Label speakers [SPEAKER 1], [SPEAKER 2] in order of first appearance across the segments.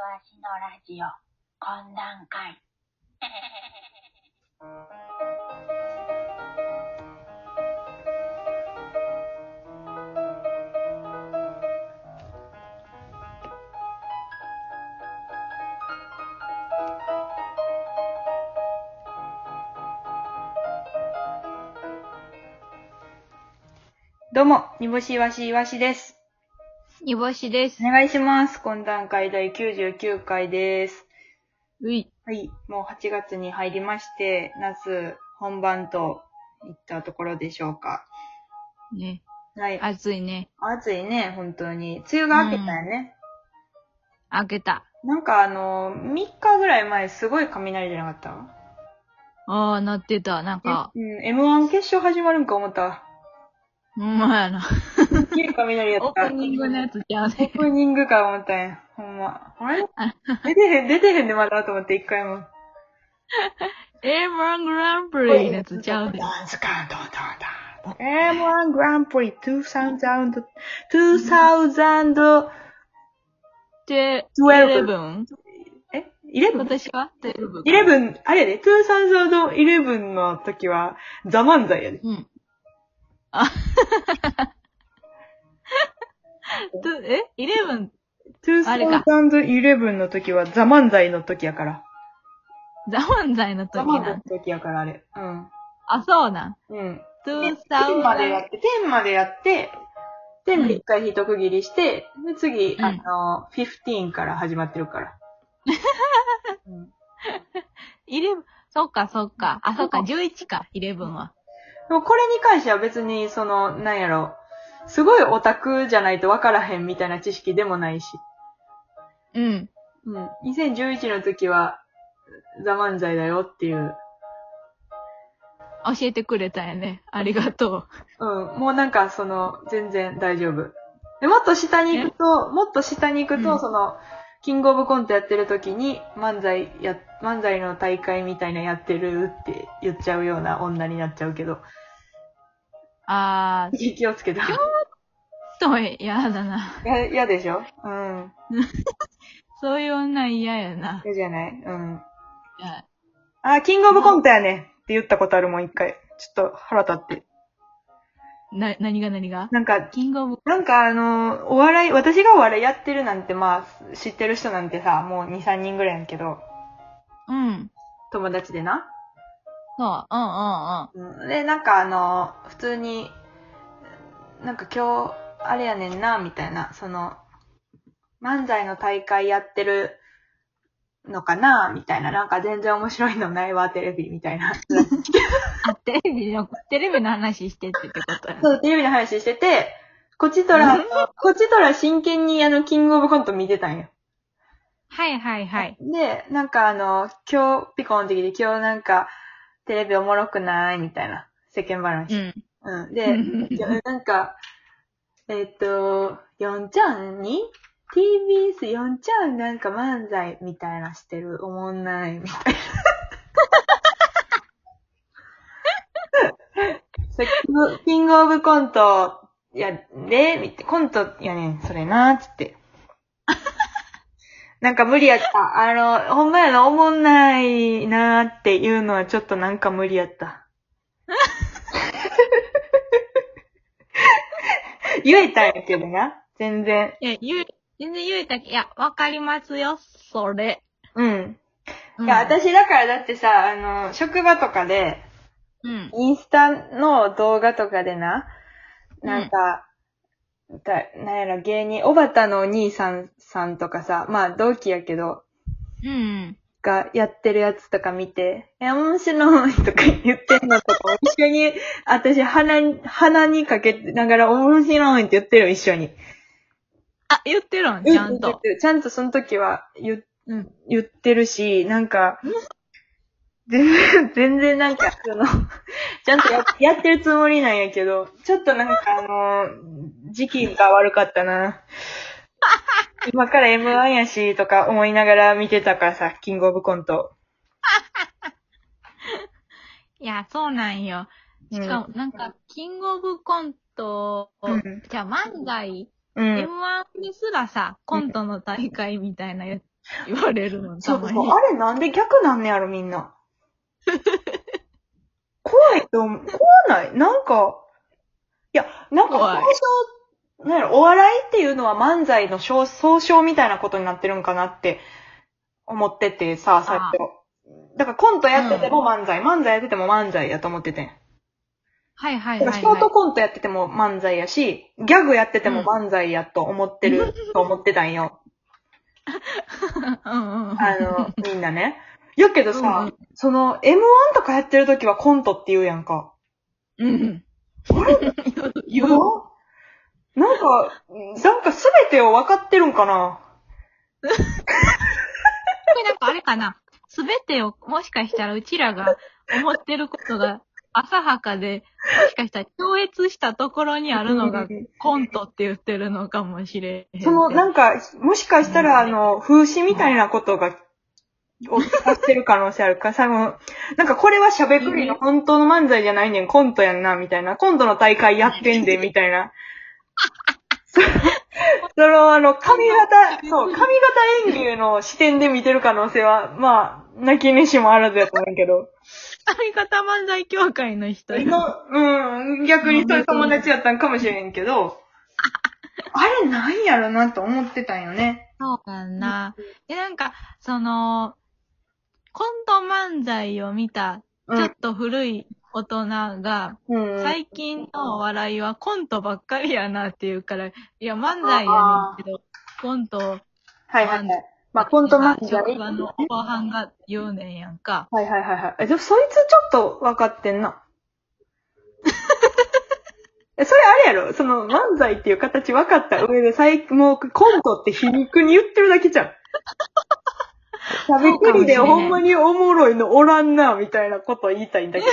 [SPEAKER 1] ラジオ懇談 会。
[SPEAKER 2] どうも、煮干しいわしいわしです。
[SPEAKER 3] 煮干しです
[SPEAKER 2] お。願いします。懇談会第99回です。
[SPEAKER 3] うい。
[SPEAKER 2] はい、もう8月に入りまして、夏本番といったところでしょうか。
[SPEAKER 3] ね。
[SPEAKER 2] はい。
[SPEAKER 3] 暑いね。
[SPEAKER 2] 暑いね、本当に。梅雨が明けたよね。
[SPEAKER 3] 開けた。
[SPEAKER 2] なんかあの、3日ぐらい前すごい雷じゃなかっ
[SPEAKER 3] ああ、なってた。なん
[SPEAKER 2] た
[SPEAKER 3] か、
[SPEAKER 2] うん、M1 決勝始まるんか思った。
[SPEAKER 3] ほんまやな。
[SPEAKER 2] すっげえ雷やった。
[SPEAKER 3] オープニングのやつちゃう
[SPEAKER 2] オ
[SPEAKER 3] ね。
[SPEAKER 2] ープニングか思ったんや。ほんま。あれ出てへん、出てへんでまだと思って一回も。
[SPEAKER 3] M1 グランプリのやつちゃうね。
[SPEAKER 2] スカン、ドンドンドン。M1 グランプリ2000、2000、
[SPEAKER 3] で、
[SPEAKER 2] 12
[SPEAKER 3] 11?
[SPEAKER 2] え ?11?11、
[SPEAKER 3] 私は ?11。
[SPEAKER 2] 11あれやで、2011の時は、ザ・漫才やで。
[SPEAKER 3] うん。あとえ ?11? あれか
[SPEAKER 2] 2011の時は、ザ・漫才の時やから。
[SPEAKER 3] ザ・漫才の時
[SPEAKER 2] ザ・漫才
[SPEAKER 3] な
[SPEAKER 2] の。時やから、あれ。うん。
[SPEAKER 3] あ、そうなん。
[SPEAKER 2] うん。
[SPEAKER 3] 2000
[SPEAKER 2] で天までやって、天までやって、天で一回一区切りして、で次、
[SPEAKER 3] うん
[SPEAKER 2] あの、15から始まってるから。うん
[SPEAKER 3] 11、そっかそっか。あ、そっか、11か、11は。
[SPEAKER 2] でもこれに関しては別に、その、なんやろ、すごいオタクじゃないと分からへんみたいな知識でもないし。
[SPEAKER 3] うん。
[SPEAKER 2] うん。2011の時は、ザ・漫才だよっていう。
[SPEAKER 3] 教えてくれたんやね。ありがとう。
[SPEAKER 2] うん。もうなんか、その、全然大丈夫。で、もっと下に行くと、もっと下に行くと、
[SPEAKER 3] うん
[SPEAKER 2] その、キングオブコントやってる時に、漫才や、漫才の大会みたいなやってるって言っちゃうような女になっちゃうけ ど、
[SPEAKER 3] あー、
[SPEAKER 2] 気をつけた。
[SPEAKER 3] ちょっと嫌だな。
[SPEAKER 2] や、嫌でしょうん。
[SPEAKER 3] そういう女嫌やな。
[SPEAKER 2] 嫌じゃないうん。
[SPEAKER 3] いや
[SPEAKER 2] あ、キングオブコントやねって言ったことあるもん、一回。ちょっと腹立って。
[SPEAKER 3] な、何が何が
[SPEAKER 2] なんか、
[SPEAKER 3] キングオブ、
[SPEAKER 2] なんかあの、お笑い、私がお笑いやってるなんて、まあ、知ってる人なんてさ、もう2、3人ぐらいやんけど、
[SPEAKER 3] うん。
[SPEAKER 2] 友達でな。
[SPEAKER 3] そう、うんうん
[SPEAKER 2] うんで、なんかあの、普通に、なんか今日、あれやねんな、みたいな、その、漫才の大会やってるのかな、みたいな、なんか全然面白いのないわ、テレビ、みたいな。
[SPEAKER 3] うん。あ、テレビの、テレビの話してってってことやな。
[SPEAKER 2] そう、テレビの話してて、こっちとら、こっちとら真剣にあの、キングオブコント見てたんよ。
[SPEAKER 3] はいはいはい。
[SPEAKER 2] で、なんかあの、今日、ピコの時で今日なんか、テレビおもろくないみたいな、世間話。
[SPEAKER 3] うん。
[SPEAKER 2] うん。で、じゃなんか、えっと、4ちゃんに ?TBS4 ちゃんなんか漫才みたいなしてる、おもんない、 みたいな。キングオブコント、や、で、みたいコントやねん、それな、つって。 なんか無理やった。あの、ほんまやな、おもんないなっていうのはちょっとなんか無理やった。言えたんやけどな。全然。
[SPEAKER 3] いや、言う、全然言えたけ、いや、わかりますよ、それ。
[SPEAKER 2] うん。
[SPEAKER 3] うん
[SPEAKER 2] いや、、私だからだってさ、あの、職場とかで、
[SPEAKER 3] うん。
[SPEAKER 2] インスタの動画とかでな、
[SPEAKER 3] うん
[SPEAKER 2] なんか、だなんやろ、芸人、小畑のお兄さんさんとかさ、まあ同期やけど、
[SPEAKER 3] うん。
[SPEAKER 2] がやってるやつとか見て、え、面白いとか 言ってんのとか、一緒に、私鼻に、鼻にかけながら面白いって言ってるよ、一緒に。
[SPEAKER 3] あ、言ってるん、ちゃんと。。
[SPEAKER 2] ちゃんとその時は言っ
[SPEAKER 3] うん。
[SPEAKER 2] 言ってるし、なんか、全然、 全然なんか、その、 ちゃんと ややってるつもりなんやけど、ちょっとなんかあのー時期が悪かった な。今から M1 やし、とか思いながら見てたからさ、キングオブコント。
[SPEAKER 3] いや、そうなんよ。しかも、なんか、キングオブコントを、
[SPEAKER 2] うん
[SPEAKER 3] じゃあ漫才
[SPEAKER 2] うん。
[SPEAKER 3] M1 ですらさ、コントの大会みたいなや言われるの、た
[SPEAKER 2] そう
[SPEAKER 3] ま
[SPEAKER 2] そ
[SPEAKER 3] に
[SPEAKER 2] う。。あれなんで逆なんねやろ、み んな。怖いと思う。怖ないなんか、いや、なんか、
[SPEAKER 3] 怖い
[SPEAKER 2] 最初、なんやろ、お笑いっていうのは漫才の総総称みたいなことになってるんかなって思っててさ、最初。だからコントやってても漫才、漫才やってても漫才やと思っててん。
[SPEAKER 3] はいはい
[SPEAKER 2] だか
[SPEAKER 3] は
[SPEAKER 2] ら
[SPEAKER 3] い、
[SPEAKER 2] ショート
[SPEAKER 3] は
[SPEAKER 2] コントやってても漫才やし、ギャグやってても漫才やと思ってる、と思ってたんよ。
[SPEAKER 3] い。うんうん。
[SPEAKER 2] あの、みんなね。やけどさ、
[SPEAKER 3] うんうん
[SPEAKER 2] その、M1 とかやってる時はコントって言うやんか。
[SPEAKER 3] うん。
[SPEAKER 2] あれ
[SPEAKER 3] 言う。
[SPEAKER 2] なんか、なんかすべてを分かってるんかな
[SPEAKER 3] これなんかあれかな。すべてを、もしかしたらうちらが思ってること が浅はかで、もしかしたら超越したところにあるのが
[SPEAKER 2] うん
[SPEAKER 3] コントって言ってるのかもしれへんね。
[SPEAKER 2] その、なんか、もしかしたら、あ
[SPEAKER 3] うん
[SPEAKER 2] の、風刺みたいなことが、を使ってる可能性あるから、最後、なんかこれは喋くりの本当の漫才じゃないねん、コントやんな、みたいな。コントの大会やってんで、みたいな。そその、あの、髪型、そう、髪型演技の視点で見てる可能性は、まあ、泣きにしもあらずやと思うけど。
[SPEAKER 3] 髪型漫才協会の人や。
[SPEAKER 2] うん、逆にそういう友達やったんかもしれんけど、 あれなんやろなと思ってたんよね。
[SPEAKER 3] そうかな。で、なんか、その、コント漫才を見た、ちょっと古い大人が、
[SPEAKER 2] うん
[SPEAKER 3] 最近のお笑いはコントばっかりやなっていうから、いや、漫才やねんけど、コント、
[SPEAKER 2] はいはいはい。まあ、コント漫才。
[SPEAKER 3] 職場の後半が言うねんやんか。
[SPEAKER 2] はいはいはいはい。え、でもそいつちょっと分かってん な。え、それあれやろその漫才っていう形分かった上で、最、もうコントって皮肉に言ってるだけじゃ ん。
[SPEAKER 3] もしれ
[SPEAKER 2] 喋
[SPEAKER 3] ん
[SPEAKER 2] くりでほんまにおもろいのおらんな、みたいなこと言いたいんだけど。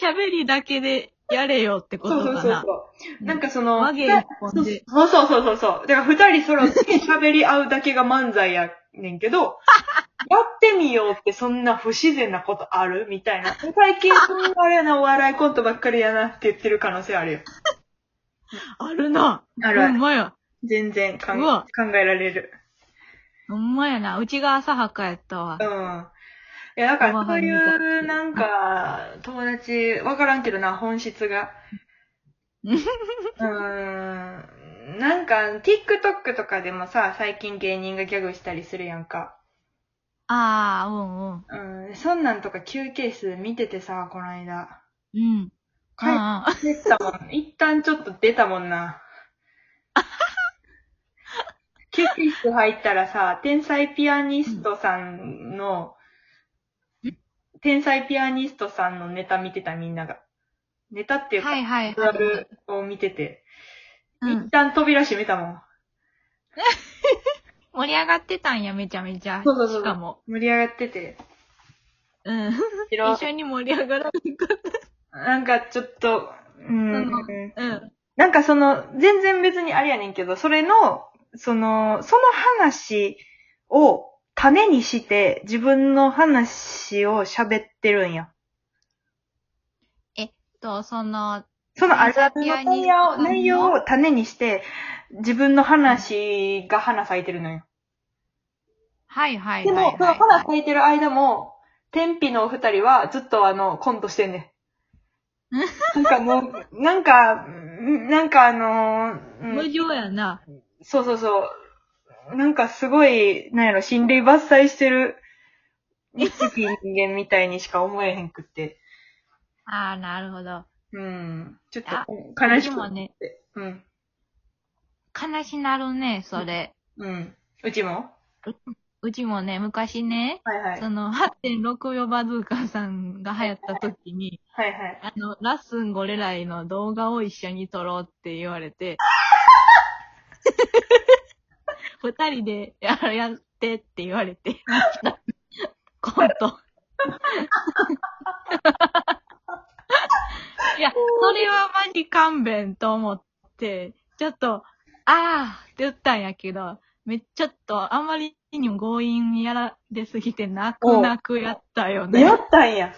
[SPEAKER 3] 喋りだけでやれよってこ
[SPEAKER 2] そ
[SPEAKER 3] と
[SPEAKER 2] う
[SPEAKER 3] か
[SPEAKER 2] そう
[SPEAKER 3] な。
[SPEAKER 2] そうそう。なんかその、
[SPEAKER 3] 和芸一本で
[SPEAKER 2] そうそうそうそうそう。だから二人揃って喋り合うだけが漫才やねんけど、やってみようってそんな不自然なことあるみたいな。最近そんなあれやな、お笑いコントばっかりやなって言ってる可能性あるよ。
[SPEAKER 3] あるな。
[SPEAKER 2] あるあ
[SPEAKER 3] ほん
[SPEAKER 2] る。
[SPEAKER 3] まや。
[SPEAKER 2] 全然考
[SPEAKER 3] う
[SPEAKER 2] え考
[SPEAKER 3] わ
[SPEAKER 2] えられる。
[SPEAKER 3] ほんまやな。うちが浅はかやったわ
[SPEAKER 2] う。ん。いや、だからそういう、なんか、友達、わからんけどな、本質が。
[SPEAKER 3] うん
[SPEAKER 2] うーん。なんか、TikTok とかでもさ、最近芸人がギャグしたりするやんか。
[SPEAKER 3] ああ、うんうん。
[SPEAKER 2] うん。そんなんとか休憩室見ててさ、この間。
[SPEAKER 3] うん。
[SPEAKER 2] 帰っ
[SPEAKER 3] ああ
[SPEAKER 2] てったもん。一旦ちょっと出たもんな。休憩室入ったらさ、天才ピアニストさんの、天才ピアニストさんのネタ見てたみんなが。ネタっていうか、
[SPEAKER 3] はいはい
[SPEAKER 2] ビジュ
[SPEAKER 3] は
[SPEAKER 2] ア
[SPEAKER 3] い。
[SPEAKER 2] ルを見てて、
[SPEAKER 3] うん
[SPEAKER 2] 一。旦扉閉めたもん。
[SPEAKER 3] 盛り上がってたんや、めちゃめちゃ。
[SPEAKER 2] そうそうそう
[SPEAKER 3] しかも。
[SPEAKER 2] 盛り上がってて。
[SPEAKER 3] うん。
[SPEAKER 2] 白
[SPEAKER 3] 一緒に盛り上がらなかった。
[SPEAKER 2] なんかちょっと、うん。
[SPEAKER 3] うん。
[SPEAKER 2] なんかその、全然別にあれやねんけど、それの、その、その話を種にして、自分の話を喋ってるんや。
[SPEAKER 3] と、その、
[SPEAKER 2] そのあるあるの
[SPEAKER 3] ピア
[SPEAKER 2] 内
[SPEAKER 3] ニス
[SPEAKER 2] 容
[SPEAKER 3] ト
[SPEAKER 2] を内容を種にして、自分の話が花咲いてるのよ。
[SPEAKER 3] はいはい
[SPEAKER 2] で
[SPEAKER 3] はい、はい。
[SPEAKER 2] も、その花咲いてる間も、天日のお二人はずっとあの、コントしてんね ん。なんかもう、なんか、うんなんかあのーうん
[SPEAKER 3] 無情やな。
[SPEAKER 2] そうそうそう。なんかすごい、なんやろ、心霊伐採してる、一匹人間みたいにしか思えへんくって。
[SPEAKER 3] ああ、なるほど。
[SPEAKER 2] うん。ちょっ
[SPEAKER 3] あ
[SPEAKER 2] と、悲し
[SPEAKER 3] で
[SPEAKER 2] く
[SPEAKER 3] も
[SPEAKER 2] なっ
[SPEAKER 3] ね、
[SPEAKER 2] て。うん。
[SPEAKER 3] 悲しなるね、それ。
[SPEAKER 2] うん。うちも
[SPEAKER 3] うちもね、昔ね、
[SPEAKER 2] はいはい。
[SPEAKER 3] その8.64バズーカーさんが流行った時に、
[SPEAKER 2] はいはい。
[SPEAKER 3] あの、ラッスンゴレライの動画を一緒に撮ろうって言われ て、二人でややってって言われ て、コント。いや、それはマジ勘弁と思って、ちょっと、あーって言ったんやけど、めちょっとあんまりにも強引にやられすぎて泣く泣くやったよね。
[SPEAKER 2] やったんや。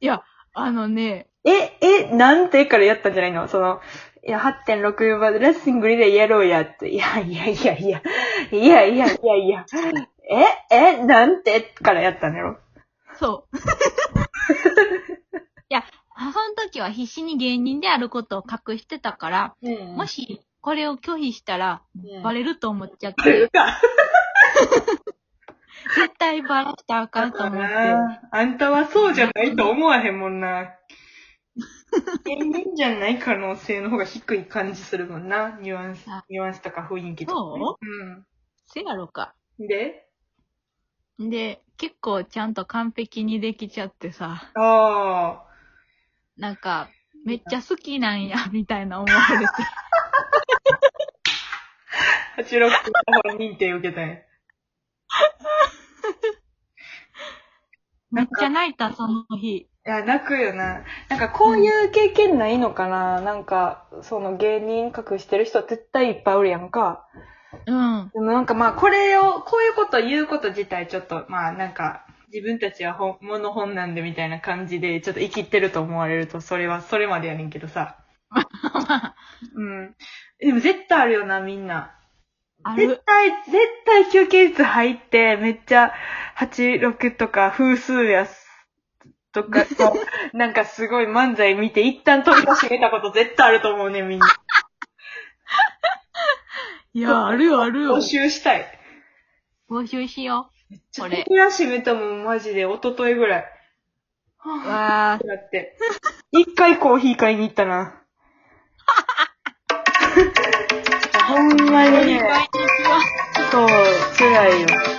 [SPEAKER 3] いや、あのね、
[SPEAKER 2] え、え、なんてからやったんじゃないのその、いや、8.64倍でレッシングリレーやろうやって。いや、いやいやいや。いやいやいやいや。え、え、なんてからやったんやろ。
[SPEAKER 3] そう。いや、その時は必死に芸人であることを隠してたから、
[SPEAKER 2] うん
[SPEAKER 3] もしこれを拒否したら
[SPEAKER 2] うん
[SPEAKER 3] バレると思っちゃっ
[SPEAKER 2] とい
[SPEAKER 3] て
[SPEAKER 2] う、か、
[SPEAKER 3] 絶対バラしたらあかんと思って。
[SPEAKER 2] なあんたはそうじゃないと思わへんもんな。芸人じゃない可能性の方が低い感じするもんな。ニュアンス
[SPEAKER 3] あ、
[SPEAKER 2] ニュアンスとか雰囲気とか。
[SPEAKER 3] そうせやろか。
[SPEAKER 2] ん。で
[SPEAKER 3] で、結構ちゃんと完璧にできちゃってさ、
[SPEAKER 2] ああ。
[SPEAKER 3] なんか、めっちゃ好きなんや、みたいな思われ て。
[SPEAKER 2] 86本認定受けたんや。
[SPEAKER 3] めっちゃ泣いた、その日。
[SPEAKER 2] いや、泣くよな。なんかこういう経験ないのかな、なんか、その芸人隠してる人絶対いっぱいおるやんか。
[SPEAKER 3] うん。
[SPEAKER 2] でもなんかまあこれを、こういうこと言うこと自体ちょっと、まあなんか、自分たちは本物本なんでみたいな感じで、ちょっと生きってると思われると、それは、それまでやねんけどさ。うん。でも絶対あるよな、みんな。
[SPEAKER 3] あ
[SPEAKER 2] 絶
[SPEAKER 3] る。
[SPEAKER 2] 対、絶対休憩室入って、めっちゃ、86とか、風数やす、と か、こうなんかすごい漫才見て、一旦飛び出しめたこと絶対あると思うね、みんな。
[SPEAKER 3] いや、あるよ、あるよ
[SPEAKER 2] 募。集したい。
[SPEAKER 3] 募集しよう。これ。
[SPEAKER 2] 飛び出しめたもん、マジで、一昨日ぐらい。
[SPEAKER 3] わー、
[SPEAKER 2] だって。一回コーヒー買いに行った な。ほんまにね、
[SPEAKER 3] いっぱいにしよう
[SPEAKER 2] そう、辛いよ。